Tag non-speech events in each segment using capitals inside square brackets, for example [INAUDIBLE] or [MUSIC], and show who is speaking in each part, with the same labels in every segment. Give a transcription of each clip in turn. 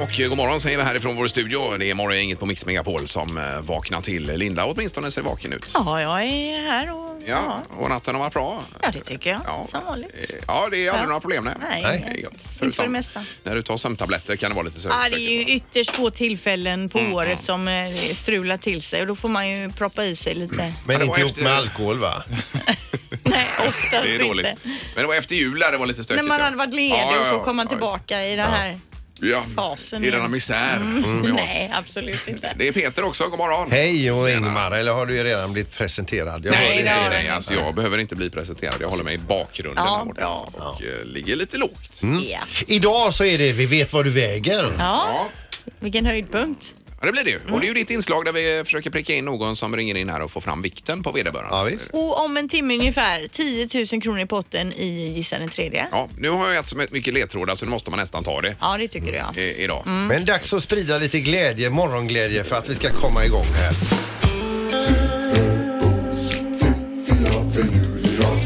Speaker 1: Och eh, god morgon säger vi härifrån vår studio. Det är morgon, inget på Mix Megapol som eh, vaknar till. Linda åtminstone ser vaken ut.
Speaker 2: Ja, jag är här och...
Speaker 1: Ja, och natten har varit bra.
Speaker 2: Ja, det tycker jag.
Speaker 1: Ja.
Speaker 2: Som vanligt.
Speaker 1: Eh, Ja, det är aldrig
Speaker 2: Ja.
Speaker 1: några problem. Nej.
Speaker 2: Nej,
Speaker 1: Det är
Speaker 2: inte-
Speaker 1: gött.
Speaker 2: inte för
Speaker 1: Förutom
Speaker 2: det mesta.
Speaker 1: När du tar sömntabletter kan det vara lite
Speaker 2: Ja,
Speaker 1: sömnstökigt.
Speaker 2: det är ju ytterst få tillfällen
Speaker 1: Mm,
Speaker 2: på året som eh, strular till sig och då får man ju proppa i sig lite.
Speaker 1: Men
Speaker 3: Men
Speaker 1: det var
Speaker 3: inte ihop
Speaker 1: efter-
Speaker 3: med alkohol va?
Speaker 2: [LAUGHS] Nej, oftast
Speaker 1: Det är dåligt.
Speaker 2: inte.
Speaker 1: Men det var efter jul där det var lite stökigt.
Speaker 2: När man
Speaker 1: ja.
Speaker 2: hade varit ledig
Speaker 1: Ja, ja,
Speaker 2: och
Speaker 1: ja.
Speaker 2: så komma
Speaker 1: Ja,
Speaker 2: tillbaka i det här.
Speaker 1: ja.
Speaker 2: fasen
Speaker 1: I
Speaker 2: igen. Mm.
Speaker 1: denna misär. som vi har.
Speaker 2: Nej, absolut inte.
Speaker 1: Det är Peter också, god morgon.
Speaker 3: Hej och Ingmar, eller har du ju redan blivit presenterad? Jag hörde
Speaker 1: Nej,
Speaker 3: inte
Speaker 1: nej,
Speaker 3: det.
Speaker 1: nej. Alltså, jag behöver inte bli presenterad. Jag håller mig i bakgrunden.
Speaker 2: Ja,
Speaker 1: här borta
Speaker 2: bra.
Speaker 1: Och eh, ligger lite lågt.
Speaker 2: Ja.
Speaker 3: Idag så är det Vi vet vad du väger.
Speaker 2: ja,
Speaker 1: Ja.
Speaker 2: vilken höjdpunkt.
Speaker 1: Ja, det blir det ju.
Speaker 2: Mm.
Speaker 1: Och det är ju ditt inslag där vi försöker pricka in någon som ringer in här och får fram vikten på vederbörande.
Speaker 3: Ja, visst.
Speaker 2: Och om en timme ungefär 10 000 kronor i potten i Gissa den tredje.
Speaker 1: Ja, nu har jag gett så mycket ledtrådar så nu måste man nästan ta det
Speaker 2: Ja, det tycker du ja.
Speaker 1: eh, idag.
Speaker 2: Mm.
Speaker 3: Men dags att sprida lite glädje, morgonglädje för att vi ska komma igång här.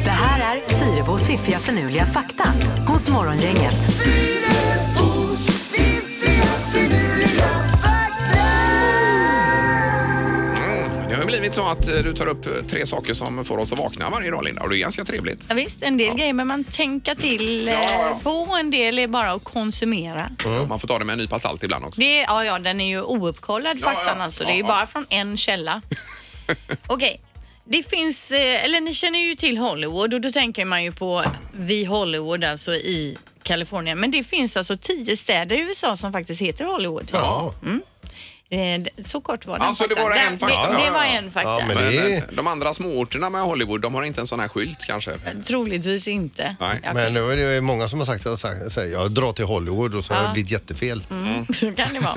Speaker 4: Det här är Fyrabos fiffiga förnuliga fakta hos Morgongänget.
Speaker 1: Mm. Det har ju blivit så att eh, du tar upp eh, tre saker som får oss att vakna varje dag, Linda. Och det är ganska trevligt.
Speaker 2: Ja, visst, en del grejer men man tänka till eh,
Speaker 1: ja.
Speaker 2: på. En del är bara att konsumera.
Speaker 1: Man får ta det med en nypa salt ibland också.
Speaker 2: Det, ja, ja, den är ju ouppkollad
Speaker 1: Ja,
Speaker 2: faktan
Speaker 1: ja.
Speaker 2: alltså.
Speaker 1: Ja,
Speaker 2: det är ju
Speaker 1: ja.
Speaker 2: bara från
Speaker 1: [LAUGHS]
Speaker 2: en källa. Okej. Det finns, eh, eller ni känner ju till Hollywood och då tänker man ju på vi Hollywood alltså i Kalifornien. Men det finns alltså tio städer i USA som faktiskt heter Hollywood.
Speaker 3: Ja.
Speaker 2: Eh, d- Så kort var den
Speaker 1: Alltså, det
Speaker 2: faktan.
Speaker 1: var en
Speaker 2: Där-
Speaker 1: fakta.
Speaker 2: Det,
Speaker 1: Ja,
Speaker 2: det
Speaker 1: ja,
Speaker 2: var
Speaker 1: ja.
Speaker 2: en fakta.
Speaker 3: Ja, men-
Speaker 1: Men
Speaker 3: Det-
Speaker 1: eh, de andra småorterna med Hollywood, de har inte en sån här skylt kanske.
Speaker 2: Troligtvis inte.
Speaker 1: Nej.
Speaker 2: Ja,
Speaker 3: Men det är det många som har sagt att sagt- säger, jag drar till Hollywood och så har det blivit jättefel.
Speaker 1: Mm.
Speaker 2: [LAUGHS] Så kan det vara.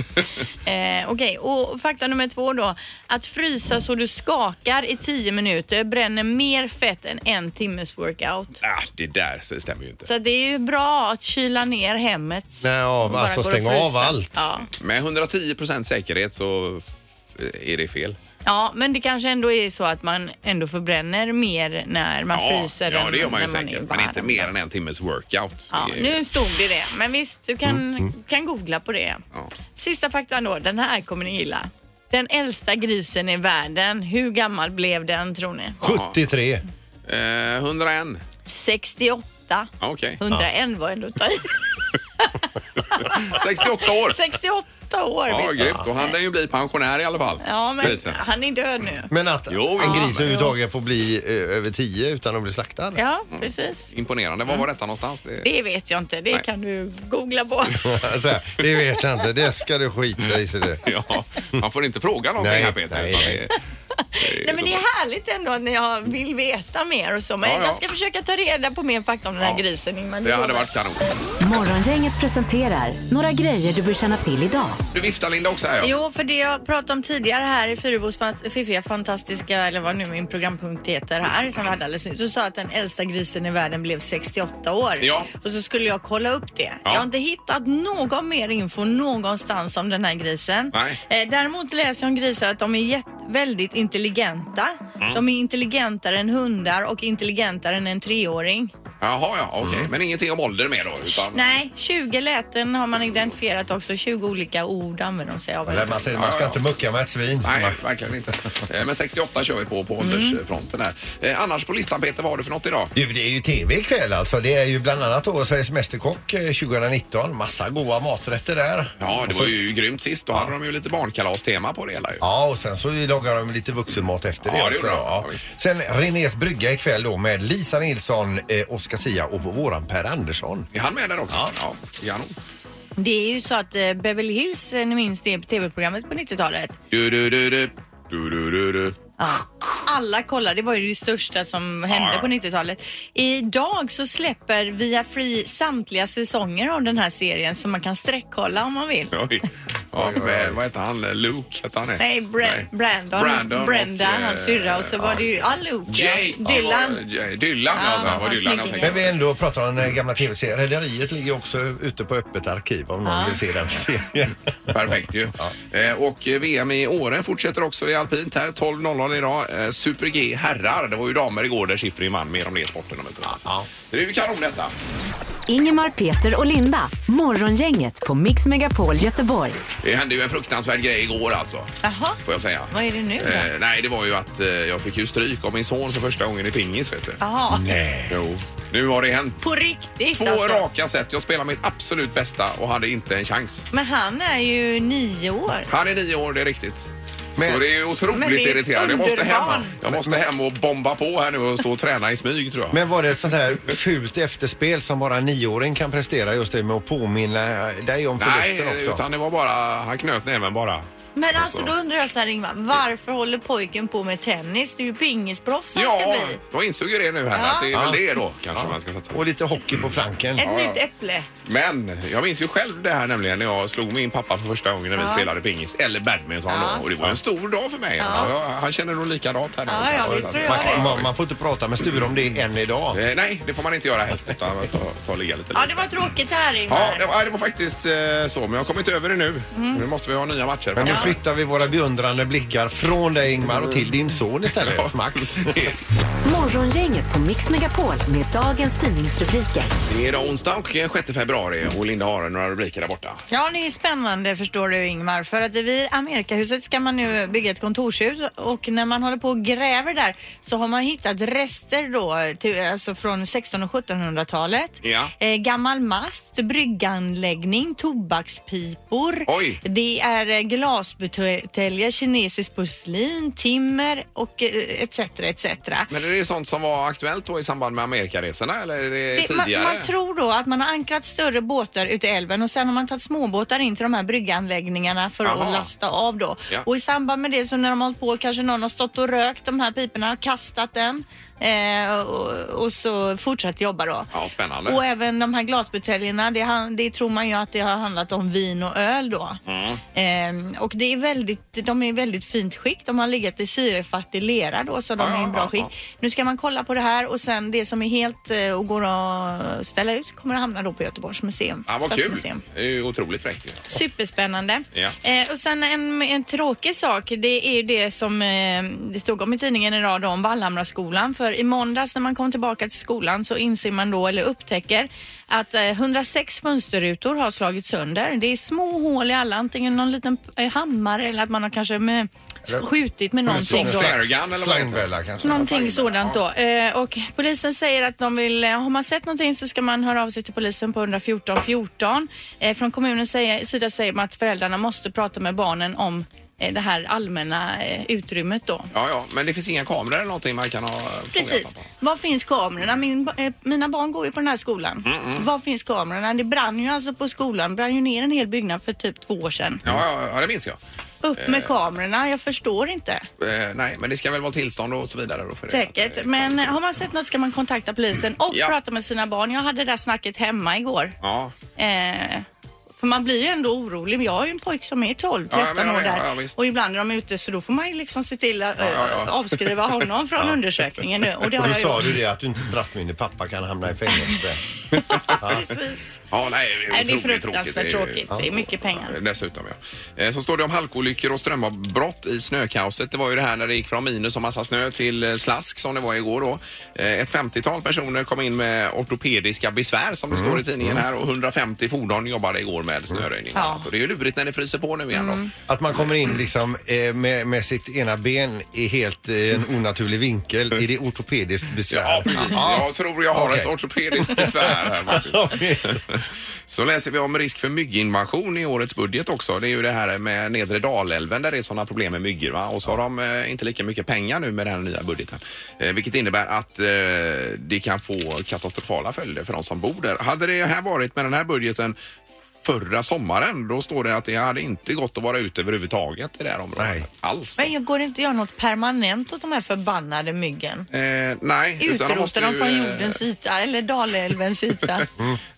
Speaker 2: Eh, Okej, och fakta nummer två då. Att frysa så du skakar i tio minuter bränner mer fett än en timmes workout.
Speaker 1: Ah, det där så- stämmer ju inte.
Speaker 2: Så det är ju bra att kyla ner hemmet.
Speaker 3: Nej, ja,
Speaker 2: Och bara
Speaker 3: alltså
Speaker 2: gå och
Speaker 3: stänga
Speaker 2: frysa.
Speaker 3: av allt.
Speaker 2: Ja.
Speaker 1: Med 110 procent säkerhet så eh, är det fel.
Speaker 2: ja, men det kanske ändå är så att man ändå förbränner mer när man fryser.
Speaker 1: ja,
Speaker 2: än
Speaker 1: det gör man ju
Speaker 2: när
Speaker 1: säkert.
Speaker 2: är
Speaker 1: Men inte
Speaker 2: varm.
Speaker 1: mer än en timmes workout.
Speaker 2: Ja,
Speaker 1: Det är-
Speaker 2: nu stod det det, men visst, du kan, kan googla på det.
Speaker 1: Mm, Ja.
Speaker 2: Sista faktan då, den här kommer ni gilla. Den äldsta grisen i världen, hur gammal blev den tror ni?
Speaker 3: 73.
Speaker 1: Eh, 101.
Speaker 2: 68.
Speaker 1: Ja, Okej.
Speaker 2: 101 var ändå att ta i.
Speaker 1: [LAUGHS] 68 år.
Speaker 2: 68 år!
Speaker 1: Ja,
Speaker 2: vet du.
Speaker 1: grymt. Och han lär ju bli pensionär i alla fall.
Speaker 2: ja, men
Speaker 1: Grisen.
Speaker 2: han är död nu.
Speaker 3: Men att
Speaker 1: Jo,
Speaker 3: en
Speaker 1: ja,
Speaker 3: gris överhuvudtaget får bli eh, över 10 utan att bli slaktad.
Speaker 2: Ja,
Speaker 1: Mm.
Speaker 2: precis.
Speaker 1: Imponerande. Var var detta någonstans? Det...
Speaker 2: Det vet jag inte. Det
Speaker 1: Nej.
Speaker 2: kan du googla på.
Speaker 3: [LAUGHS] Så här, det vet jag inte, det ska du skita i. så det.
Speaker 1: [LAUGHS] Ja, man får inte fråga någonting
Speaker 3: Nej,
Speaker 1: här Peter.
Speaker 3: nej,
Speaker 1: utan det-
Speaker 2: [LAUGHS]
Speaker 3: nej.
Speaker 1: [LAUGHS] det
Speaker 2: Nej, men det är härligt ändå att jag vill veta mer och så. Men
Speaker 1: Ja, ja.
Speaker 2: jag ska försöka ta reda på mer fakta om den här
Speaker 1: Ja.
Speaker 2: grisen innan
Speaker 1: Det
Speaker 2: du-
Speaker 1: hade varit kanon.
Speaker 4: Morgongänget presenterar några grejer du bör känna till idag.
Speaker 1: Du viftar Linda också här ja.
Speaker 2: Jo, för det jag pratade om tidigare här i Fyrebos fan- fiffiga fantastiska, eller vad nu min programpunkt heter här, som vi hade alldeles nyss. Du sa att den äldsta grisen i världen blev 68 år.
Speaker 1: Ja.
Speaker 2: Och så skulle jag kolla upp det.
Speaker 1: Ja.
Speaker 2: Jag har inte hittat någon mer info någonstans om den här grisen.
Speaker 1: Nej.
Speaker 2: Eh, däremot läser jag om grisar att de är jätte, väldigt intelligenta.
Speaker 1: Mm.
Speaker 2: De är intelligentare än hundar och intelligentare än en treåring.
Speaker 1: Jaha, ja, okej.
Speaker 3: Mm.
Speaker 1: Men ingenting om ålder med då? Utan...
Speaker 2: Nej, 20 läten har man identifierat också. 20 olika ord använder de sig av.
Speaker 3: Eller Man, säger, man ska inte mucka med ett svin.
Speaker 1: Nej, verkligen inte. Eh, Men 68 kör vi på,
Speaker 2: Mm.
Speaker 1: på åldersfronten här. Eh, Annars på listan Peter, vad har du för något idag?
Speaker 3: Du, det är ju tv ikväll alltså. Det är ju bland annat då Sveriges Mästerkock eh, 2019. Massa goda maträtter där.
Speaker 1: Ja, det
Speaker 3: Och
Speaker 1: var
Speaker 3: så-
Speaker 1: ju grymt sist. Då hade de ju lite barnkalastema på det hela ju.
Speaker 3: Ja, och sen så lagar de lite vuxenmat efter det
Speaker 1: Ja, det
Speaker 3: också.
Speaker 1: gjorde
Speaker 3: då.
Speaker 1: de.
Speaker 3: Ja.
Speaker 1: Ja, visst.
Speaker 3: Sen Renés brygga ikväll då med Lisa Nilsson, eh, Oscar Sia och våran Per Andersson.
Speaker 1: Är han med där också? Ja. ja. kanon.
Speaker 2: Det är ju så att eh, Beverly Hills, eh, ni minns det tv-programmet på 90-talet.
Speaker 1: Du, du, du, du. Du, du, du, du.
Speaker 2: Alla kollade, det var ju det största som hände
Speaker 1: Ja, ja.
Speaker 2: på 90-talet. Idag så släpper Via Free samtliga säsonger av den här serien så man kan sträckkolla om man vill.
Speaker 1: Oj. Ja, men, vad heter han? Luke hette han det?
Speaker 2: Nej, Bra- Brandon,
Speaker 1: Brandon
Speaker 2: Brenda,
Speaker 1: och, eh,
Speaker 2: hans syrra och så var det ju ja, Luke,
Speaker 1: Jake.
Speaker 2: ja, Dylan.
Speaker 1: Ja, det var- Dylan,
Speaker 2: Ja,
Speaker 1: ja. Det
Speaker 2: han
Speaker 1: var
Speaker 2: var
Speaker 1: Dylan jag
Speaker 2: snygg.
Speaker 3: Men
Speaker 1: tänkte.
Speaker 3: vi ändå pratar om eh, gamla tv-serier. Rederiet ligger också ute på öppet arkiv om någon vill se den serien.
Speaker 1: Perfekt ju. Eh, och eh, VM i Åre fortsätter också i alpint här. 12.00 idag. Eh, Super-G herrar. Det var ju damer igår där Schifrin vann. Mer om det i sporten om en stund.
Speaker 3: Ja.
Speaker 1: Det är ju kanon detta.
Speaker 4: Ingemar, Peter och Linda. Morgongänget på Mix Megapol Göteborg.
Speaker 1: Det hände ju en fruktansvärd grej igår alltså.
Speaker 2: Jaha,
Speaker 1: Får jag säga.
Speaker 2: vad är det nu då?
Speaker 1: Eh, nej, det var ju att eh, jag fick ju stryk av min son för första gången i pingis. Vet du.
Speaker 2: Jaha,
Speaker 3: Nej.
Speaker 1: Jo, nu har det hänt.
Speaker 2: på riktigt
Speaker 1: Två
Speaker 2: alltså.
Speaker 1: raka set. Jag spelade mitt absolut bästa och hade inte en chans.
Speaker 2: Men han är ju nio år.
Speaker 1: Han är nio år, det är riktigt.
Speaker 3: Men-
Speaker 1: så det är ju otroligt
Speaker 2: Men det är ett
Speaker 1: irriterande. Jag måste, hem,
Speaker 2: underbarn.
Speaker 1: jag måste hem och bomba på här nu och stå och träna i smyg tror jag.
Speaker 3: Men var det ett sånt här fult efterspel som bara en nioåring kan prestera just det med att påminna dig om förlusten
Speaker 1: Nej,
Speaker 3: också?
Speaker 1: utan det var bara, han knöt näven bara.
Speaker 2: Men alltså
Speaker 1: så.
Speaker 2: då undrar jag så här Ingmar, varför håller pojken på med tennis? Det är ju pingisproffs han ska
Speaker 1: Ja,
Speaker 2: bli.
Speaker 1: jag insåg ju det nu här
Speaker 2: Ja.
Speaker 1: att det är väl det
Speaker 3: Ja.
Speaker 1: då kanske man ska satsa på.
Speaker 3: Och lite hockey på flanken.
Speaker 2: Ett
Speaker 1: Ja, ja.
Speaker 2: nytt äpple.
Speaker 1: Men jag minns ju själv det här nämligen när jag slog min pappa för första gången när vi
Speaker 2: Ja.
Speaker 1: spelade pingis eller badminton
Speaker 2: Ja.
Speaker 1: då. Och det var en stor dag för mig. Ja, Han känner nog likadant här nu.
Speaker 2: Ja, ja, det tror jag.
Speaker 1: Ja,
Speaker 3: Man, man, man får inte prata med Sture om det än idag.
Speaker 1: Eh, Nej, det får man inte göra helst utan ta, ta och ligga lite
Speaker 2: Ja, det var tråkigt det här Ingmar.
Speaker 1: Ja, det var, det var faktiskt eh, så, men jag har kommit över det nu.
Speaker 2: Mm.
Speaker 1: Nu måste vi ha nya matcher.
Speaker 3: Men nu flyttar vi våra beundrande blickar från dig Ingmar och till din son
Speaker 1: Ja.
Speaker 3: istället, Max.
Speaker 4: Morgongänget på Mix Megapol med dagens tidningsrubriker.
Speaker 1: Det är idag onsdag och 6 februari och Linda har några rubriker där borta.
Speaker 2: Ja, det är spännande förstår du Ingmar. För att vid Amerikahuset ska man nu bygga ett kontorshus och när man håller på och gräver där så har man hittat rester då till, alltså från 1600 och 1700-talet.
Speaker 1: Ja.
Speaker 2: Eh, gammal mast, brygganläggning, tobakspipor.
Speaker 1: Oj.
Speaker 2: Det är eh, glasbuteljer, kinesiskt porslin, timmer och eh, etc. etc.
Speaker 1: Men är det sånt som var aktuellt då i samband med Amerikaresorna eller är det,
Speaker 2: Det, man,
Speaker 1: eh, tidigare?
Speaker 2: man tror då att man har ankrat större båtar ute i älven och sen har man tagit småbåtar in till de här brygganläggningarna för
Speaker 1: Jaha.
Speaker 2: att lasta av då.
Speaker 1: Ja.
Speaker 2: Och i samband med det så när de har hållit på kanske någon har stått och rökt de här piporna, kastat den eh, och, och så fortsatt jobba då.
Speaker 1: Ja, spännande.
Speaker 2: Och även de här glasbuteljerna, det, han- det tror man ju att det har handlat om vin och öl då.
Speaker 1: Mm.
Speaker 2: Ehm, och det är väldigt, de är i väldigt fint skick. De har legat i syrefattig lera då, så de
Speaker 1: Ja,
Speaker 2: är i
Speaker 1: ja,
Speaker 2: bra
Speaker 1: ja,
Speaker 2: skick.
Speaker 1: ja.
Speaker 2: Nu ska man kolla på det här och sen det som är helt eh, och går att ställa ut kommer att hamna då på Göteborgs museum.
Speaker 1: Ja, vad kul.
Speaker 2: Stadsmuseum.
Speaker 1: Det är ju otroligt fräckt ju.
Speaker 2: Superspännande.
Speaker 1: Ja.
Speaker 2: Eh, och sen en, en tråkig sak, det är ju det som eh, det stod om i tidningen idag då, om Vallhamraskolan. För i måndags när man kom tillbaka till skolan så inser man då, eller upptäcker, att eh, 106 fönsterrutor har slagits sönder. Det är små hål i alla, antingen någon liten eh, hammare eller att man har kanske med, skjutit med någonting. Då.
Speaker 1: Fairgun eller vad heter det?
Speaker 3: Slangbella kanske.
Speaker 2: Någonting
Speaker 1: Fine,
Speaker 2: sådant då. Eh, och polisen säger att de vill, eh, har man sett någonting så ska man höra av sig till polisen på 114 14. Eh, från kommunens säger- sida säger man att föräldrarna måste prata med barnen om eh, det här allmänna eh, utrymmet då.
Speaker 1: Ja, ja, men det finns inga kameror eller någonting man kan ha fångat
Speaker 2: Precis.
Speaker 1: på.
Speaker 2: Var finns kamerorna? Min, ba- eh, mina barn går ju på den här skolan. Var finns kamerorna? Det brann ju alltså på skolan, brann ju ner en hel byggnad för typ två år sedan.
Speaker 1: Ja, ja, ja, det minns jag.
Speaker 2: Upp med kamerorna, jag förstår inte.
Speaker 1: Eh, nej, men det ska väl vara tillstånd och så vidare. Då för det. eh,
Speaker 2: Säkert, men har man sett något ska man kontakta polisen och
Speaker 1: Ja.
Speaker 2: prata med sina barn. Jag hade det där snacket hemma igår.
Speaker 1: Ja,
Speaker 2: Eh, för man blir ju ändå orolig. Jag har ju en pojk som är 12,
Speaker 1: Ja,
Speaker 2: 13
Speaker 1: jag menar
Speaker 2: år
Speaker 1: det.
Speaker 2: där.
Speaker 1: Ja, ja, visst.
Speaker 2: och ibland är de ute så då får man ju liksom se till att eh,
Speaker 1: Ja, ja, [LAUGHS] ja.
Speaker 2: avskriva honom från undersökningen nu. Och det
Speaker 3: Och
Speaker 2: har
Speaker 3: då
Speaker 2: jag [LAUGHS]
Speaker 3: sa
Speaker 2: gjort.
Speaker 3: du det att du inte straffmyndig pappa kan hamna i fängelse.
Speaker 2: Precis.
Speaker 1: ja nej,
Speaker 2: Nej, det är
Speaker 1: otroligt
Speaker 2: fruktansvärt
Speaker 1: Det är-
Speaker 2: tråkigt. Det är mycket pengar.
Speaker 1: Eh, Dessutom ja. Eh, Så står det om halkolyckor och strömavbrott i snökaoset. Det var ju det här när det gick från minus och massa snö till eh, slask som det var igår då. Eh, Ett 50-tal personer kom in med ortopediska besvär som det står i tidningen här och 150 fordon jobbade igår med snöröjning.
Speaker 2: Ja. Mm.
Speaker 1: Och det är ju lurigt när det fryser på nu igen då.
Speaker 3: Att man kommer in liksom eh, med, med sitt ena ben i helt eh, en onaturlig vinkel. Är det ortopediskt
Speaker 1: Ja,
Speaker 3: besvär?
Speaker 1: precis. Jag tror jag har
Speaker 3: Okej.
Speaker 1: ett ortopediskt besvär
Speaker 3: [LAUGHS]
Speaker 1: här faktiskt. Så läser vi om risk för mygginvasion i årets budget också. Det är ju det här med nedre Dalälven där det är sådana problem med myggor. Va? Och så har de eh, inte lika mycket pengar nu med den här nya budgeten. Eh, vilket innebär att eh, det kan få katastrofala följder för de som bor där. Hade det här varit med den här budgeten förra sommaren, då står det att det hade inte gått att vara ute överhuvudtaget i det här området.
Speaker 3: Nej.
Speaker 1: Alls.
Speaker 2: Men jag går det inte att göra något permanent åt de här förbannade myggen?
Speaker 1: Eh, nej, utan de måste
Speaker 2: Utrota dem
Speaker 1: ju,
Speaker 2: från
Speaker 1: eh, Mm,
Speaker 2: jordens yta eller
Speaker 1: [LAUGHS]
Speaker 2: Dalälvens yta.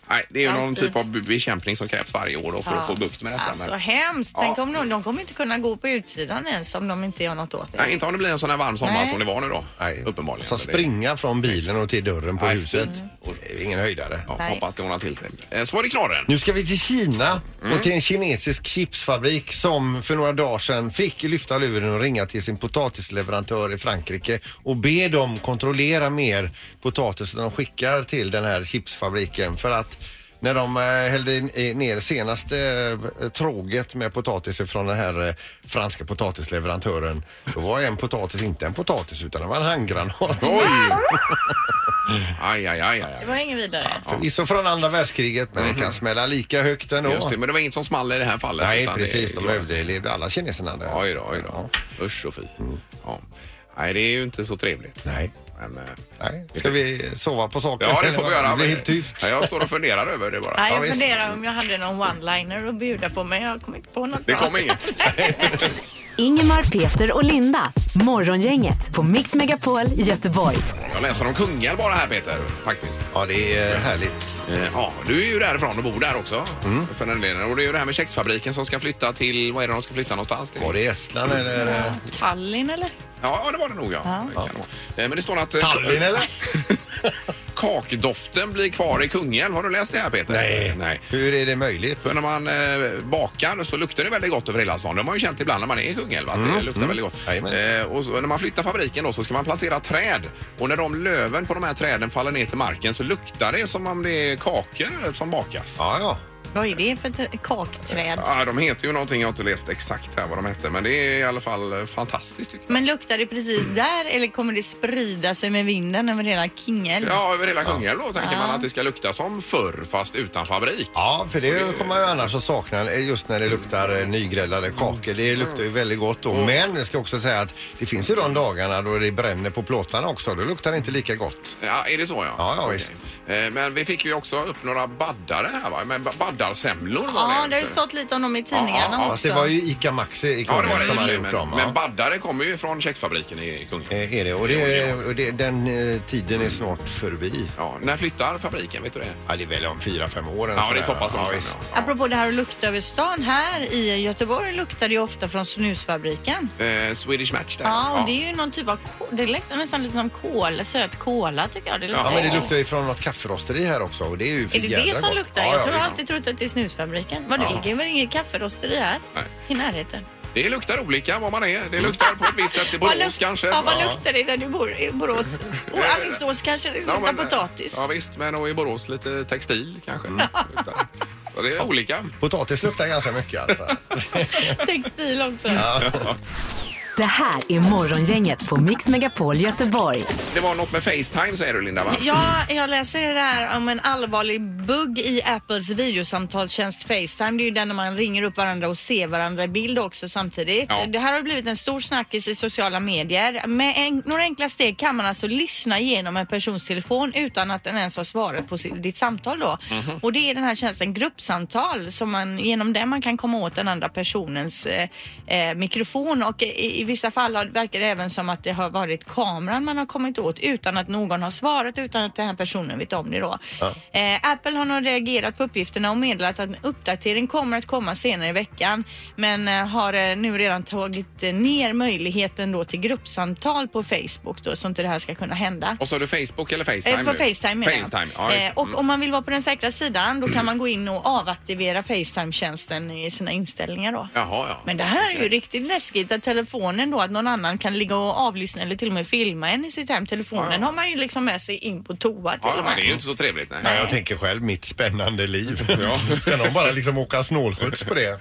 Speaker 1: Nej, det är ju någon
Speaker 2: Alltid.
Speaker 1: typ av bekämpning som krävs varje år då för att få bukt med detta.
Speaker 2: Alltså
Speaker 1: men...
Speaker 2: hemskt. Tänk
Speaker 1: Ja.
Speaker 2: om de, de kommer inte kunna gå på utsidan ens om de inte gör något åt det.
Speaker 1: Nej, inte om det blir en sån här varm sommar
Speaker 2: Nej.
Speaker 1: som det var nu då.
Speaker 3: Nej.
Speaker 1: Uppenbarligen.
Speaker 3: Som
Speaker 1: Men det-
Speaker 3: springa från bilen och till dörren på
Speaker 1: Nej,
Speaker 3: huset.
Speaker 1: fy.
Speaker 3: Det är ju ingen höjdare.
Speaker 1: Ja,
Speaker 2: Nej.
Speaker 1: hoppas det ordnar till sig. Eh, Så var det knorren.
Speaker 3: Nu ska vi till Kina
Speaker 1: Mm.
Speaker 3: och till en kinesisk chipsfabrik som för några dagar sedan fick lyfta luren och ringa till sin potatisleverantör i Frankrike och be dem kontrollera mer potatis som de skickar till den här chipsfabriken för att När de eh, hällde in- i- ner senaste eh, tråget med potatis från den här eh, franska potatisleverantören. Då var en potatis inte en potatis utan det var en handgranat.
Speaker 1: Oj! Aj, aj, aj, aj.
Speaker 2: Det var
Speaker 1: aj.
Speaker 2: inget vidare.
Speaker 3: Förvisso Liksom från andra världskriget men den kan smälla lika högt ändå.
Speaker 1: Mhm. Just det, men det var inget som small i det här fallet.
Speaker 3: Nej,
Speaker 1: utan det-
Speaker 3: precis. De alltså. överlevde alla kineserna där.
Speaker 1: Oj då, oj då. Usch och fy. Ja. Nej, det är ju inte så trevligt.
Speaker 3: Mm. Nej.
Speaker 1: Men, eh,
Speaker 3: Nej. Ska vi sova på saken?
Speaker 1: ja, det får vi göra.
Speaker 3: Det blir
Speaker 1: men-
Speaker 3: helt tyst.
Speaker 1: Ja, jag står och funderar över det bara.
Speaker 2: Nej, jag
Speaker 3: visst.
Speaker 2: funderar om jag hade någon one-liner att bjuda på men jag kommer inte på något
Speaker 1: Det
Speaker 2: bra.
Speaker 1: kom inget.
Speaker 4: Ingemar, Peter och Linda. Morgongänget på Mix Megapol Göteborg.
Speaker 1: Jag läser om kungar bara här Peter, faktiskt.
Speaker 3: Ja, det är härligt.
Speaker 1: Eh, Ja, du är ju därifrån och bor där också.
Speaker 3: Mm.
Speaker 1: För den delen. Och det är ju det här med kexfabriken som ska flytta till, vad är det de ska flytta någonstans? Till?
Speaker 3: Var det Estland eller eh,
Speaker 2: Tallinn eller?
Speaker 1: Ja, det var det nog ja. Det kan det vara. Eh, Men det står att eh, [LAUGHS]
Speaker 3: Tallinn eller?
Speaker 1: kakdoften blir kvar i kungen. Har du läst det här Peter?
Speaker 3: Nej.
Speaker 1: Nej.
Speaker 3: Hur är det möjligt?
Speaker 1: För när man eh, bakar så luktar det väldigt gott över hela stan. Det har man ju känt ibland när man är i Kungälv att det luktar väldigt gott.
Speaker 3: Mm. Jajamän.
Speaker 1: Eh, och så, när man flyttar fabriken då så ska man plantera träd och när de löven på de här träden faller ner till marken så luktar det som om det är kakor som bakas.
Speaker 3: Ja, ja.
Speaker 2: Vad är det för ett kakträd?
Speaker 1: Ja, de heter ju någonting, jag har inte läst exakt här vad de heter, men det är i alla fall eh, fantastiskt tycker jag.
Speaker 2: Men luktar det precis där eller kommer det sprida sig med vinden över hela Kingel?
Speaker 1: Ja, över hela Kungälv då tänker man att det ska lukta som förr fast utan fabrik.
Speaker 3: Ja, för det kommer man ju annars att sakna eh, just när det luktar eh, nygräddade kakor. Det luktar ju väldigt gott då.
Speaker 1: Mm.
Speaker 3: Men jag ska också säga att det finns ju de dagarna då det bränner på plåtarna också. Då luktar det inte lika gott.
Speaker 1: Ja, är det så ja?
Speaker 3: Ja, ja,
Speaker 1: Okej.
Speaker 3: visst.
Speaker 1: Eh, Men vi fick ju också upp några baddare här va? Men ba- baddarsemlor var
Speaker 2: Ja, det har ju
Speaker 1: inte?
Speaker 2: stått lite om dem i tidningarna
Speaker 1: Ja,
Speaker 3: Fast
Speaker 2: också.
Speaker 3: det var ju ICA Maxi i
Speaker 1: Ja, det
Speaker 3: Kungälv
Speaker 1: var det
Speaker 3: som hade
Speaker 1: i och
Speaker 3: gjort
Speaker 1: för sig,
Speaker 3: dem.
Speaker 1: men,
Speaker 3: ja.
Speaker 1: men baddare kommer ju från kexfabriken i Kungälv.
Speaker 3: Eh, är det. Och, det, och det, den eh, tiden är snart förbi.
Speaker 1: Ja, när flyttar fabriken? Vet du det?
Speaker 3: Ja, det är väl om fyra, fem år. eller
Speaker 1: Ja,
Speaker 3: sådär.
Speaker 1: det är så pass långt fram,
Speaker 3: visst.
Speaker 1: ja.
Speaker 2: Apropå det här att lukta över stan. Här i Göteborg luktar det ju ofta från snusfabriken.
Speaker 1: Eh, Swedish Match där.
Speaker 2: Ja, och det är ju någon typ av ko- Det luktar nästan lite som kol, söt kola tycker jag. Det luktar.
Speaker 3: Ja, men det
Speaker 1: Ja.
Speaker 3: luktar ju från något kafferosteri här också och det är ju för
Speaker 2: Är det
Speaker 3: jädra
Speaker 2: det som
Speaker 3: gott.
Speaker 2: luktar?
Speaker 3: Ja,
Speaker 2: jag
Speaker 3: ja,
Speaker 2: tror
Speaker 3: visst.
Speaker 2: alltid trott att det är snusfabriken. Var det
Speaker 1: Ja.
Speaker 2: ligger väl inget kafferosteri här
Speaker 1: Nej.
Speaker 2: i närheten?
Speaker 1: Det luktar olika var man är. Det luktar på ett visst sätt i
Speaker 2: [LAUGHS] Vad
Speaker 1: Borås
Speaker 2: luk-
Speaker 1: kanske.
Speaker 2: Ja, vad luktar det där du bor? I Borås? Och Alingsås kanske det luktar
Speaker 1: Ja, men- eh,
Speaker 2: potatis.
Speaker 1: Ja, visst, men och i Borås lite textil kanske.
Speaker 3: Mm.
Speaker 1: Luktar. Så det är olika.
Speaker 3: Potatis luktar ganska mycket
Speaker 1: [LAUGHS]
Speaker 3: alltså.
Speaker 2: Textil också.
Speaker 4: Det här är Morgongänget på Mix Megapol Göteborg.
Speaker 1: Det var något med Facetime säger du Linda va?
Speaker 2: [LAUGHS] Ja, jag läser det här om en allvarlig bugg i Apples videosamtalstjänst Facetime. Det är ju den när man ringer upp varandra och ser varandra i bild också samtidigt.
Speaker 1: Ja.
Speaker 2: Det här har blivit en stor snackis i sociala medier. Med en, några enkla steg kan man alltså lyssna igenom en persons telefon utan att den ens har svarat på sitt, ditt samtal då.
Speaker 1: Mhm.
Speaker 2: Och det är den här tjänsten gruppsamtal som man, genom den man kan komma åt den andra personens eh, eh, mikrofon och i, i vissa fall har, verkar det även som att det har varit kameran man har kommit åt utan att någon har svarat utan att den här personen vet om det då. Eh, Apple har nog reagerat på uppgifterna och meddelat att en uppdatering kommer att komma senare i veckan men eh, har eh, nu redan tagit eh, ner möjligheten då till gruppsamtal på Facebook då så inte det här ska kunna hända.
Speaker 1: Och så har du Facebook eller Facetime?
Speaker 2: Eh, För
Speaker 1: nu?
Speaker 2: Facetime menar jag.
Speaker 1: Facetime, ja, Mm.
Speaker 2: eh,
Speaker 1: just. Mm.
Speaker 2: Och om man vill vara på den säkra sidan då kan man gå in och avaktivera Facetime-tjänsten i sina inställningar då.
Speaker 1: Jaha, ja.
Speaker 2: Men det här är ju riktigt läskigt att telefonen då, att någon annan kan ligga och avlyssna eller till och med filma en i sitt hem. Telefonen har man ju liksom med sig in på toa till
Speaker 1: Ja,
Speaker 2: och
Speaker 1: men det är ju
Speaker 2: med.
Speaker 1: inte så trevligt. Nej.
Speaker 3: Nej, jag tänker själv mitt spännande liv.
Speaker 1: Ja.
Speaker 3: [LAUGHS] Ska någon bara liksom åka snålskjuts på det?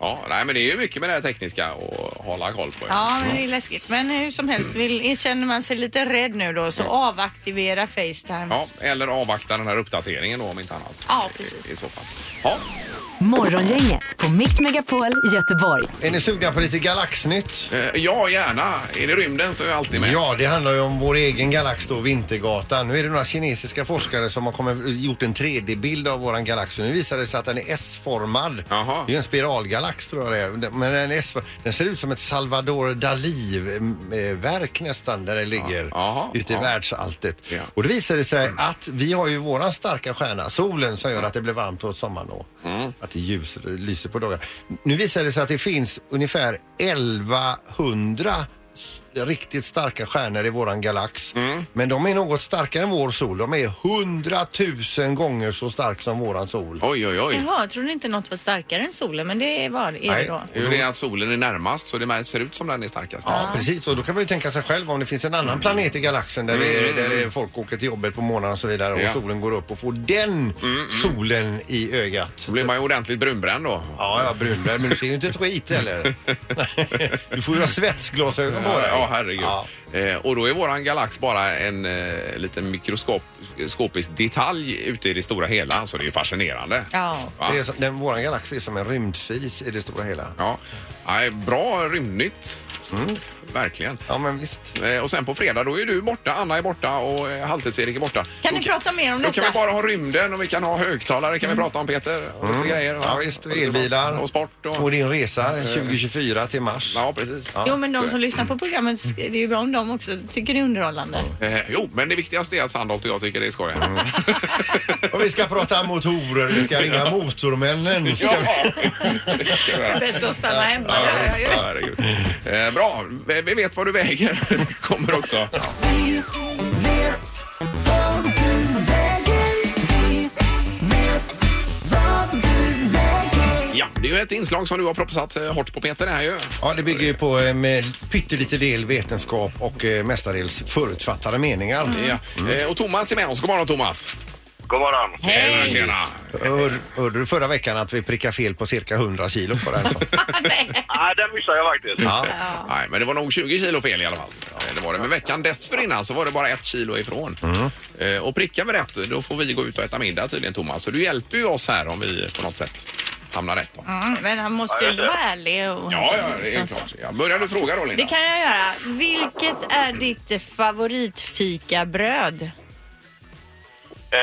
Speaker 1: Ja, nej, men det är ju mycket med det här tekniska att hålla koll på.
Speaker 2: Ja, men det är läskigt. Men hur som helst, vill, känner man sig lite rädd nu då så avaktivera Facetime.
Speaker 1: Ja, eller avvakta den här uppdateringen då om inte annat.
Speaker 2: Ja,
Speaker 1: I-
Speaker 2: precis.
Speaker 1: I så fall. Ja,
Speaker 4: Morgongänget på Mix Megapol Göteborg.
Speaker 3: Är ni sugna på lite galaxnytt?
Speaker 1: Eh, ja, gärna. Är det rymden så är jag alltid med.
Speaker 3: Ja, det handlar ju om vår egen galax då, Vintergatan. Nu är det några kinesiska forskare som har kommit, gjort en 3D-bild av våran galax och nu visar det sig att den är S-formad.
Speaker 1: Jaha.
Speaker 3: Det är en spiralgalax tror jag det är. Men den, är S den ser ut som ett Salvador Dalí-verk nästan där det ligger
Speaker 1: Jaha.
Speaker 3: ute i
Speaker 1: Ja.
Speaker 3: världsalltet.
Speaker 1: Ja.
Speaker 3: Och det visade sig att vi har ju våran starka stjärna, solen, som gör att det blir varmt på sommaren och att det ljus, lyser på dagar. Nu visar det sig att det finns ungefär 1100 riktigt starka stjärnor i våran galax. Men de är något starkare än vår sol. De är hundratusen gånger så stark som våran sol.
Speaker 1: Oj, oj, oj.
Speaker 2: Jaha, jag trodde inte något var starkare än solen, men det var är det
Speaker 3: Nej.
Speaker 2: då.
Speaker 1: Det är ju det att solen är närmast så det ser ut som den är starkast.
Speaker 3: Ja, precis. Och då kan man ju tänka sig själv om det finns en annan planet i galaxen där, det, där det folk åker till jobbet på morgonen och så vidare och
Speaker 1: Ja.
Speaker 3: solen går upp och får den solen i ögat.
Speaker 1: Då blir man ju ordentligt brunbränd då.
Speaker 3: Ja, ja, brunbränd, men du ser ju inte ett
Speaker 1: [LAUGHS]
Speaker 3: skit heller. du får ju ha svetsglasögon på dig.
Speaker 1: Ja, herregud.
Speaker 3: Ja.
Speaker 1: Eh, och då är våran galax bara en eh, liten mikroskopisk detalj ute i det stora hela, så det är ju fascinerande.
Speaker 2: Ja.
Speaker 1: Va?
Speaker 3: Det är som, den, våran galax är som en rymdfis i det stora hela.
Speaker 1: Ja. Nej, bra rymdnytt. Mm, Verkligen.
Speaker 3: Ja, men visst.
Speaker 1: Eh, Och sen på fredag då är du borta, Anna är borta och eh, Halvtids-Erik är borta.
Speaker 2: Kan
Speaker 1: Då
Speaker 2: ni prata mer om
Speaker 1: Då kan vi
Speaker 2: detta?
Speaker 1: bara ha rymden och vi kan ha högtalare kan vi prata om Peter. Och lite grejer. va?
Speaker 3: Ja, visst. Och elbilar.
Speaker 1: Och sport. Och...
Speaker 3: Och din resa 2024 till Mars.
Speaker 1: Ja, precis.
Speaker 2: Jo, men de som lyssnar på programmet, det är ju bra om de också tycker det är underhållande.
Speaker 1: Eh, jo, men det viktigaste är att Sandholt och jag tycker det är skoj.
Speaker 3: Och vi ska prata mot horor, vi ska ringa motormännen. Ska vi...
Speaker 1: [LAUGHS] Ja. Det ska vi göra.
Speaker 2: Bäst att stanna hemma.
Speaker 1: Ja,
Speaker 2: där
Speaker 1: visst,
Speaker 2: jag ju.
Speaker 1: ja, herregud. Eh, bra, vi vi vet vad du väger. [LAUGHS] Kommer också. Ja, det är ju ett inslag som du har propsat eh, hårt på Peter det här ju.
Speaker 3: Ja, det bygger ju på eh, med pyttelite del vetenskap och eh, mestadels förutfattade meningar.
Speaker 1: Ja. Eh, och Thomas är med oss. God morgon Thomas.
Speaker 5: God morgon.
Speaker 1: Hej! Tjena.
Speaker 3: Hör, hörde du förra veckan att vi prickade fel på cirka 100 kilo på den?
Speaker 2: Nej.
Speaker 5: Nej, Ah, den missade jag faktiskt.
Speaker 3: Ja.
Speaker 1: Nej, men det var nog 20 kilo fel i alla fall. Eh, Det var det. Men veckan dessförinnan så var det bara ett kilo ifrån. Eh, och prickar vi rätt, då får vi gå ut och äta middag tydligen Thomas. Så du hjälper ju oss här om vi på något sätt hamnar rätt. Då.
Speaker 2: Mm, men han måste ju
Speaker 5: Ja, just det.
Speaker 2: vara ärlig. Och...
Speaker 1: Ja, ja, det är klart. Ja, börjar du fråga då
Speaker 2: Det
Speaker 1: Linda?
Speaker 2: kan jag göra. Vilket är ditt favoritfikabröd?
Speaker 5: Eh,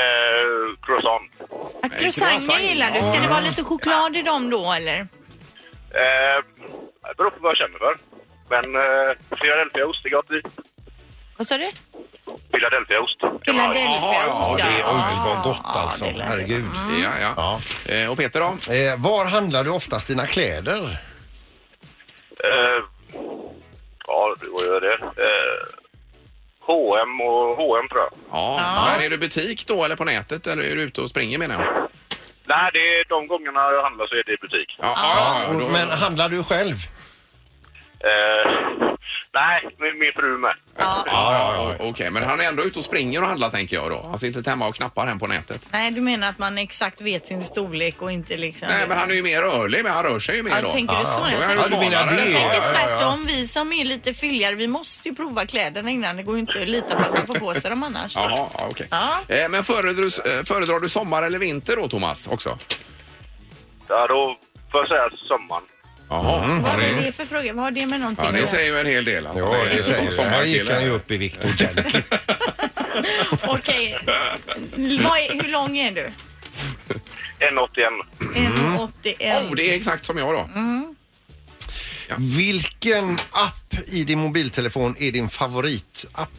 Speaker 5: croissant.
Speaker 2: Ja,
Speaker 1: croissant.
Speaker 2: Croissanter gillar du. Ska det vara lite choklad i dem då eller?
Speaker 5: Eh, det beror på vad jag känner för. Men eh, Philadelphiaost är gott i.
Speaker 2: Vad sa du?
Speaker 5: Philadelphiaost. kan man ha i.
Speaker 2: Philadelphiaost.
Speaker 3: det är oj,
Speaker 2: Ja.
Speaker 3: vad gott alltså.
Speaker 2: Ja, det lät-
Speaker 3: Herregud.
Speaker 1: Ja, ja. Eh, och Peter då?
Speaker 3: Eh, var handlar du oftast dina kläder?
Speaker 5: Eh, ja, det går ju att göra det. Eh, H&M och H&M tror jag.
Speaker 1: Ja, men är du butik då eller på nätet eller är du ute och springer menar jag?
Speaker 5: Nej, det är de gångerna jag handlar så är det i butik.
Speaker 1: Ja, ja, ja, då,
Speaker 3: Och, men handlar du själv?
Speaker 5: Eh, nej, min, min fru med.
Speaker 1: ja, ja, okej, men han är ändå ute och springer och handlar tänker jag då. Han sitter inte hemma och knappar hem på nätet.
Speaker 2: Nej, du menar att man exakt vet sin storlek och inte liksom...
Speaker 1: Nej, men han är ju mer rörlig, men han rör sig ju mer
Speaker 2: Ja,
Speaker 1: då.
Speaker 2: tänker du så?
Speaker 1: ja.
Speaker 2: Jag
Speaker 1: Ja,
Speaker 2: tänker-
Speaker 1: du menar
Speaker 2: jag
Speaker 1: det.
Speaker 2: tänker
Speaker 1: Ja, ja,
Speaker 3: ja.
Speaker 2: tvärtom. Vi som är lite fylligare, vi måste ju prova kläderna innan. Det går ju inte att lita på att man får på sig dem annars.
Speaker 1: Jaha, ja, okej.
Speaker 2: Ja.
Speaker 1: Eh, Men föredrar du, eh, föredrar du sommar eller vinter då, Thomas? Också?
Speaker 5: Ja, då får jag säga sommaren.
Speaker 1: Jaha.
Speaker 3: Mm,
Speaker 2: Vad är det för fråga? Vad har det med någonting
Speaker 1: Ja, det
Speaker 2: att göra?
Speaker 1: säger ju en hel del. alltså.
Speaker 3: Ja,
Speaker 1: Det är
Speaker 3: det
Speaker 1: en
Speaker 3: säger
Speaker 1: sån
Speaker 3: du. Här gick
Speaker 1: sommarkille.
Speaker 3: han ju upp i
Speaker 1: [LAUGHS]
Speaker 3: vikt ordentligt.
Speaker 2: Okej. Vad är- Hur lång är du?
Speaker 5: 1,81.
Speaker 2: 1,81.
Speaker 1: Oh, det är exakt som jag då.
Speaker 2: Mm.
Speaker 3: Vilken app i din mobiltelefon är din favoritapp?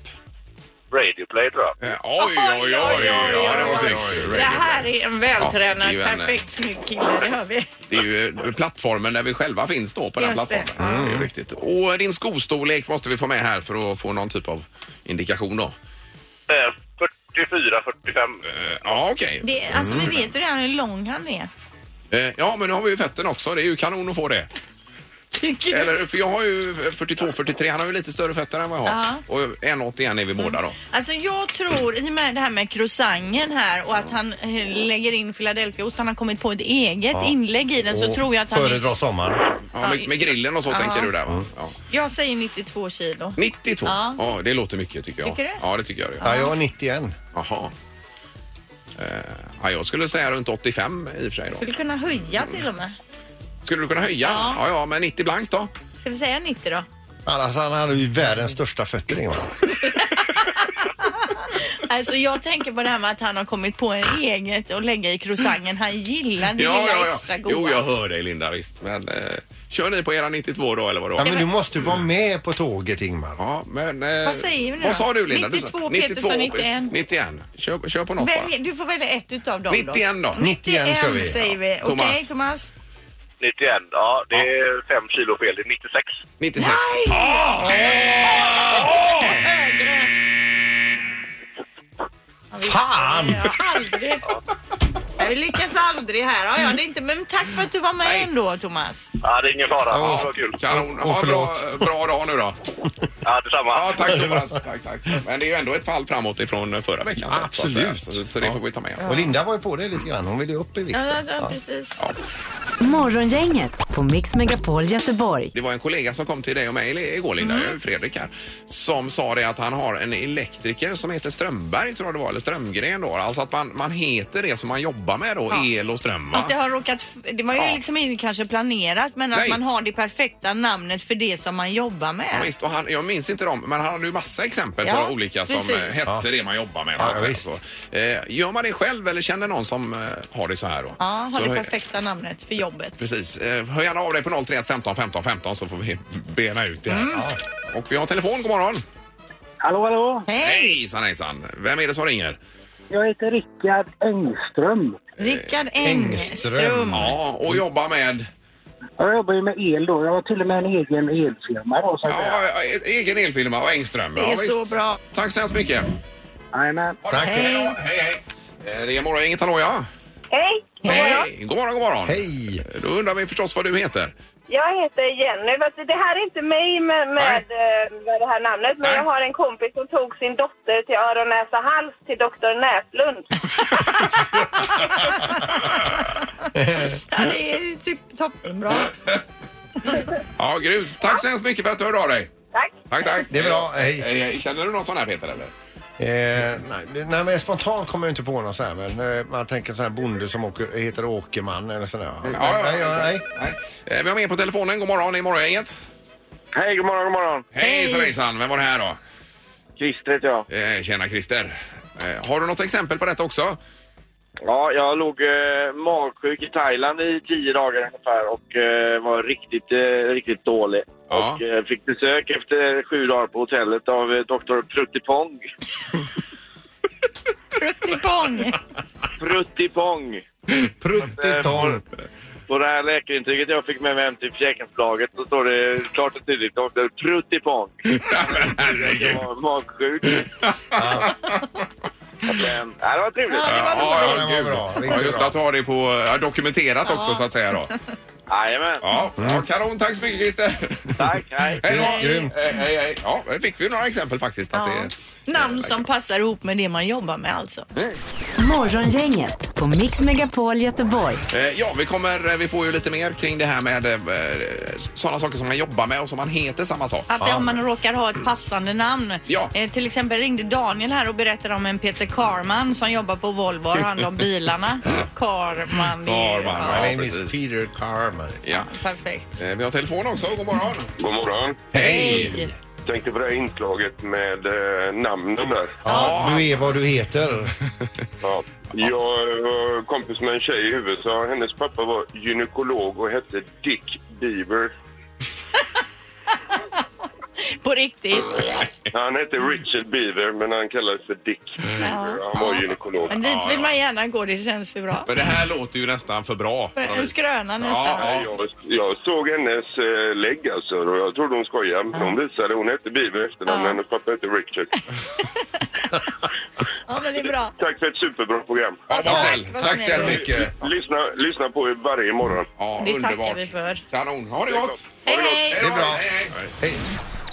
Speaker 5: Radioplay tror jag.
Speaker 1: Eh, Oj, oj, oj, oj, ja, det var snyggt.
Speaker 2: Det här är en vältränad,
Speaker 1: Ja, det är ju en- eh,
Speaker 2: perfekt snygg kille, det hör vi.
Speaker 1: Det är ju eh, plattformen där vi själva finns då på den
Speaker 2: Just det.
Speaker 1: plattformen. Det. är ju riktigt. Och din skostorlek måste vi få med här för att få någon typ av indikation då.
Speaker 5: Eh, 44-45.
Speaker 1: Eh, Ja, okej.
Speaker 2: Det, alltså, vi vet ju redan hur lång han är.
Speaker 1: Eh, Ja, men nu har vi ju fetten också. Det är ju kanon att få det.
Speaker 2: Tycker du?
Speaker 1: [LAUGHS] Eller, för jag har ju 42, 43. Han har ju lite större fötter än vad jag har.
Speaker 2: Ja.
Speaker 1: Och 1,81 är vi båda då.
Speaker 2: Alltså jag tror, i och med det här med croissanten här och att han eh, lägger in Philadelphiaost, han har kommit på ett eget inlägg i den, så
Speaker 3: Och
Speaker 2: tror jag att han...
Speaker 3: Föredrar sommaren.
Speaker 1: Ja, med, med grillen och så tänker du där va? Ja.
Speaker 2: Jag säger 92 kilo.
Speaker 1: 92. Ja.
Speaker 2: Ja.
Speaker 1: det låter mycket tycker jag.
Speaker 2: Tycker du?
Speaker 1: Ja, det tycker jag. Det.
Speaker 3: Ja, jag är 91.
Speaker 1: Jaha. Eh, Ja, jag skulle säga runt 85 i och för sig då.
Speaker 2: Skulle kunna höja till och med.
Speaker 1: Skulle du kunna höja?
Speaker 2: Ja.
Speaker 1: ja, ja men 90 blankt då?
Speaker 2: Ska vi säga 90 då?
Speaker 3: Annars han hade ju världens största fötter Ingvar.
Speaker 2: Alltså jag tänker på det här med att han har kommit på en eget och lägga i croissanten. Han gillar det lilla extra goda.
Speaker 1: Jo, jag hör dig Linda, visst. Men eh, kör ni på era 92 då eller vadå?
Speaker 3: Ja, men du måste ju vara med på tåget Ingmar.
Speaker 1: Ja, men, eh,
Speaker 2: Vad säger vi nu
Speaker 1: Vad
Speaker 2: då?
Speaker 1: sa du Linda? Du sa-
Speaker 2: 92, Peter sa 91.
Speaker 1: 91. Kör, kör på något
Speaker 2: Välj, du får välja ett utav dem
Speaker 1: 91 då.
Speaker 2: 91
Speaker 3: 91 kör vi.
Speaker 2: säger vi. Okej
Speaker 1: Thomas.
Speaker 2: Thomas.
Speaker 5: 91. Ja, det är fem kilo fel. Det är 96.
Speaker 1: 96. Ah!
Speaker 3: Fan!
Speaker 2: Jag har aldrig... Vi lyckas aldrig här. Ja, ja, det är inte... Men tack för att du var med ändå, Thomas.
Speaker 5: Ja, det är ingen fara.
Speaker 3: Ja.
Speaker 5: Ja, vad kul.
Speaker 1: Kanon.
Speaker 3: Åh,
Speaker 1: Ha en bra, bra dag nu då.
Speaker 5: Ja, detsamma.
Speaker 1: Ja, tack Thomas. Tack, tack. Men det är ju ändå ett fall framåt ifrån förra veckan. så att
Speaker 3: Absolut.
Speaker 1: säga. Så, så det får vi ta med oss.
Speaker 3: Och Linda var ju på det lite grann. Hon ville ju upp i vikt.
Speaker 2: Ja, ja, precis.
Speaker 4: Morgongänget på Mix Megapol Göteborg.
Speaker 1: Det var en kollega som kom till dig och mig igår, Linda,
Speaker 2: Mm.
Speaker 1: Fredrik här, som sa det att han har en elektriker som heter Strömberg, tror jag det var, eller Strömgren då. Alltså att man, man heter det som man jobbar med då,
Speaker 2: Ja.
Speaker 1: el och ström. va?
Speaker 2: Att det har råkat... f- Det var ju
Speaker 1: Ja.
Speaker 2: liksom inte kanske planerat, men att
Speaker 1: Nej.
Speaker 2: man har det perfekta namnet för det som man jobbar
Speaker 1: Ja,
Speaker 2: med.
Speaker 1: visst, och han, jag minns inte dem, men han hade ju massa exempel
Speaker 2: Ja,
Speaker 1: på olika som
Speaker 2: precis.
Speaker 1: eh, hette
Speaker 3: Ja.
Speaker 1: det man jobbar med. Så
Speaker 3: Ja,
Speaker 1: att säga.
Speaker 3: visst.
Speaker 1: Så, eh, gör man det själv eller känner någon som eh, har det så här då?
Speaker 2: Ja, har
Speaker 1: så
Speaker 2: det
Speaker 1: hör-
Speaker 2: perfekta namnet för jobbet.
Speaker 1: Precis. Eh, hör gärna av dig på 031 15 15 15 så får vi bena ut det här. Ja. Och vi har telefon, god morgon.
Speaker 6: Hallå, hallå!
Speaker 2: Hej!
Speaker 1: Hejsan hejsan. Vem är det som ringer?
Speaker 6: Jag heter Rickard Engström.
Speaker 2: Rickard
Speaker 3: Engström.
Speaker 2: Engström.
Speaker 1: Ja, och jobbar med
Speaker 6: Jag jobbar ju med el då. Jag har till och med en egen elfirma då, så att säga.
Speaker 1: ja, e- egen elfilma och Engström.
Speaker 2: Det
Speaker 1: ja,
Speaker 2: är så
Speaker 1: visst.
Speaker 2: bra.
Speaker 1: Tack så hemskt mycket.
Speaker 6: Jajamän.
Speaker 1: Ha det
Speaker 3: Tack.
Speaker 1: bra. Hej, då. hej. hej. Eh, Det är morgon, inget hallå ja.
Speaker 7: Hej!
Speaker 1: Hej. God morgon, god morgon.
Speaker 3: Hej!
Speaker 1: Då undrar vi förstås vad du heter.
Speaker 7: Jag heter Jenny. Fast Det här är inte mig med, med, eh, med det här namnet, men
Speaker 1: Nej.
Speaker 7: jag har en kompis som tog sin dotter till öron, näsa, hals till doktor
Speaker 1: [LAUGHS]
Speaker 7: Näslund.
Speaker 2: Ja, det är typ toppenbra.
Speaker 1: Ja, grymt. Tack så hemskt mycket för att du hörde av dig.
Speaker 7: Tack!
Speaker 1: Tack, tack.
Speaker 3: Det är bra, hej.
Speaker 1: Eh, Känner du någon sån här Peter eller?
Speaker 3: Eh, nej, det- nej, men spontant kommer jag inte på något så här, men eh, man tänker sån här bonde som åker, heter Åkerman eller sådär. Ja, nej, ja, nej.
Speaker 1: exakt. Nej. Eh, Vi har med på telefonen. God morgon, i morgongänget.
Speaker 5: Hej, god morgon, god morgon.
Speaker 1: Hejsan hejsan, vem var det här då?
Speaker 5: Christer heter jag.
Speaker 1: Eh, tjena Christer. Eh, har du något exempel på detta också?
Speaker 3: [LAUGHS]
Speaker 5: Ja, jag låg eh, magsjuk i Thailand i tio dagar ungefär och eh, var riktigt, eh, riktigt dålig.
Speaker 1: Ja.
Speaker 5: Och eh, fick besök efter sju dagar på hotellet av eh, Dr. Pruttipong.
Speaker 2: Pruttipong.
Speaker 5: Pruttipong!
Speaker 1: Eh,
Speaker 3: Pruttitong.
Speaker 5: På det här läkarintyget jag fick med mig hem till försäkringsbolaget så står det klart och tydligt Dr. Pruttipong. Jag var magsjuk. Men, ja, det var trevligt.
Speaker 2: Ja, det var roligt.
Speaker 3: det var
Speaker 1: gud.
Speaker 3: bra. Riktigt
Speaker 1: Ja, just
Speaker 3: bra.
Speaker 1: att du har det på, ja, dokumenterat också så att säga då.
Speaker 5: Jajamän.
Speaker 1: Ja, ja kanon. Tack så mycket Christer.
Speaker 5: Tack, hej.
Speaker 1: Hej då.
Speaker 3: Grymt.
Speaker 1: Eh, Hej, hej. Ja, där fick vi några exempel faktiskt. Att
Speaker 2: Ja.
Speaker 1: det,
Speaker 2: Namn som passar ihop med det man jobbar med alltså.
Speaker 4: Morgongänget på Mix Megapol Göteborg.
Speaker 1: Eh, Ja, vi, kommer, eh, vi får ju lite mer kring det här med sådana saker som man jobbar med och som man heter samma sak.
Speaker 2: Att om man råkar ha ett passande namn.
Speaker 1: Ja.
Speaker 2: Eh, till exempel ringde Daniel här och berättade om en Peter Karman som jobbar på Volvo och har hand
Speaker 1: [LAUGHS]
Speaker 2: om bilarna. Karman. det är-
Speaker 1: Karman,
Speaker 2: ja,
Speaker 1: ja.
Speaker 3: My name is
Speaker 1: precis.
Speaker 3: Peter Carman.
Speaker 1: Ja.
Speaker 2: Perfekt.
Speaker 1: Eh, Vi har telefon också. God morgon.
Speaker 8: God morgon.
Speaker 2: Hej!
Speaker 8: Tänkte på det här inslaget med eh, namnen där.
Speaker 3: Ja, du är vad du heter.
Speaker 8: Ja. Jag eh, var kompis med en tjej i huvudet så hennes pappa var gynekolog och hette Dick Beaver.
Speaker 2: På riktigt.
Speaker 8: Han hette Richard Beaver men han kallades för Dick Beaver. Han var gynekolog.
Speaker 2: Men dit vill man gärna gå, det känns ju bra.
Speaker 1: Men det här låter ju nästan för bra.
Speaker 2: För En skröna nästan.
Speaker 1: Ja,
Speaker 8: Nej, Jag, jag såg hennes eh, lägg alltså och jag trodde hon skojade men hon visade, hon hette Beaver efter
Speaker 2: Ja.
Speaker 8: men hennes pappa hette Richard.
Speaker 2: Ja, men det är bra.
Speaker 8: Tack för ett superbra program.
Speaker 1: Ja, vad snäll.
Speaker 2: vad
Speaker 1: Tack så
Speaker 2: snäll.
Speaker 1: jättemycket.
Speaker 3: Mycket.
Speaker 8: Lyssna, lyssna på er varje morgon.
Speaker 1: Ja,
Speaker 2: Det
Speaker 1: underbart.
Speaker 2: tackar vi för.
Speaker 1: Kanon. Ha det gott!
Speaker 2: Hej, hej!
Speaker 1: Det är bra.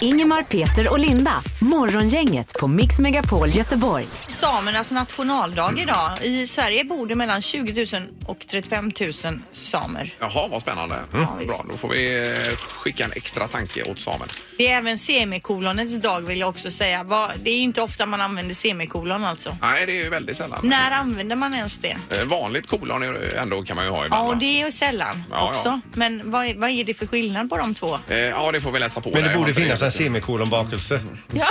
Speaker 4: Ingemar, Peter och Linda. Morgongänget på Mix Megapol Göteborg.
Speaker 2: Samernas nationaldag idag. I Sverige bor det mellan 20 000 och 35 000 samer.
Speaker 1: Jaha, vad spännande. bra, då får vi eh, skicka en extra tanke åt samen.
Speaker 2: Det är även semikolonets dag vill jag också säga. Vad- Det är ju inte ofta man använder semikolon alltså.
Speaker 1: Nej, det är ju väldigt sällan.
Speaker 2: När använder man ens det?
Speaker 1: Eh, Vanligt kolon är det ändå kan man ju ha
Speaker 2: Ja,
Speaker 1: ibland.
Speaker 2: och
Speaker 1: va?
Speaker 2: det är ju sällan
Speaker 1: Ja,
Speaker 2: också.
Speaker 1: ja.
Speaker 2: Men vad, är- vad är det för skillnad på de två?
Speaker 1: Eh, Ja, det får vi läsa på.
Speaker 3: Men
Speaker 1: där.
Speaker 3: det
Speaker 1: Jag har
Speaker 3: borde
Speaker 1: inte
Speaker 3: finnas en semikolonbakelse.
Speaker 2: [LAUGHS] Ja.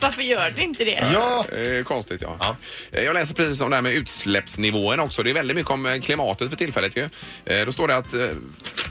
Speaker 2: Varför gör det inte det?
Speaker 3: Ja.
Speaker 1: Eh, konstigt, ja. Eh, Jag läser precis om det här med utsläppsnivån också. Det är väldigt mycket om eh, klimatet för tillfället ju. Eh, Då står det att eh,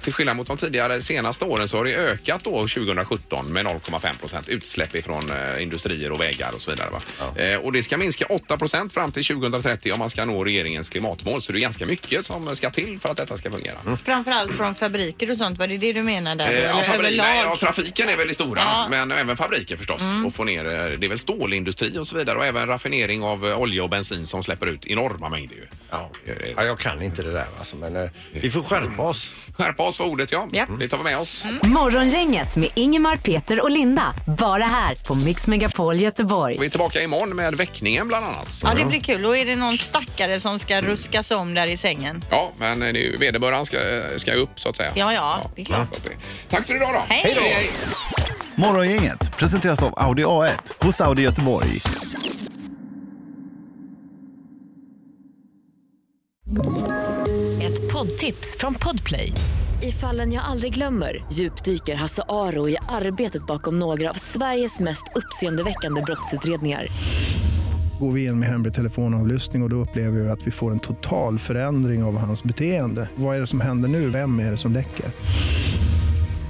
Speaker 1: till skillnad mot de tidigare senaste åren så har det ökat då 2017 med 0,5 procent utsläpp ifrån eh, industrier och vägar och så vidare. Va? Eh, och det ska minska 8 procent fram till 2030 om man ska nå regeringens klimatmål. Så det är ganska mycket som ska till för att detta ska fungera.
Speaker 2: Framförallt från fabriker och sånt, var det det du menade?
Speaker 1: Eh, ja,
Speaker 2: Eller
Speaker 1: fabri-
Speaker 2: överlag?
Speaker 1: nej, ja, trafiken är väldigt stora,
Speaker 2: Ja. Mm.
Speaker 1: men även fabriker förstås. Och få ner, eh, det är väl stålindustri och så vidare och även raffinering av eh, olja och bensin som släpper ut enorma mängder. Ju.
Speaker 9: Ja.
Speaker 1: Eh,
Speaker 9: Ja, jag kan inte det där alltså, men
Speaker 1: Mm.
Speaker 9: eh, vi får skärpa oss.
Speaker 1: Skärpa oss för ordet, ja. Mm.
Speaker 2: Japp.
Speaker 1: Det tar vi med oss.
Speaker 2: Mm.
Speaker 10: Morgongänget med Ingemar, Peter och Linda. Bara här på Mix Megapol Göteborg.
Speaker 1: Och vi är tillbaka imorgon med väckningen bland annat.
Speaker 2: Ja, det blir kul. Och är det någon stackare som ska ruskas om där i sängen?
Speaker 1: Ja, men eh, det är ju, vederbördan ska, eh, ska ju upp så att säga.
Speaker 2: Ja, ja, det är klart.
Speaker 1: så att det- Tack för idag då.
Speaker 2: Hej. Hej då.
Speaker 3: Morgongänget presenteras av Audi A1 hos Audi Göteborg.
Speaker 4: Ett poddtips från Podplay. I fallen jag aldrig glömmer djupdyker Hasse Aro i arbetet bakom några av Sveriges mest uppseendeväckande brottsutredningar.
Speaker 3: Går vi in med hemlig telefonavlyssning och, och då upplever vi att vi får en total förändring av hans beteende. Vad är det som händer nu? Vem är det som läcker?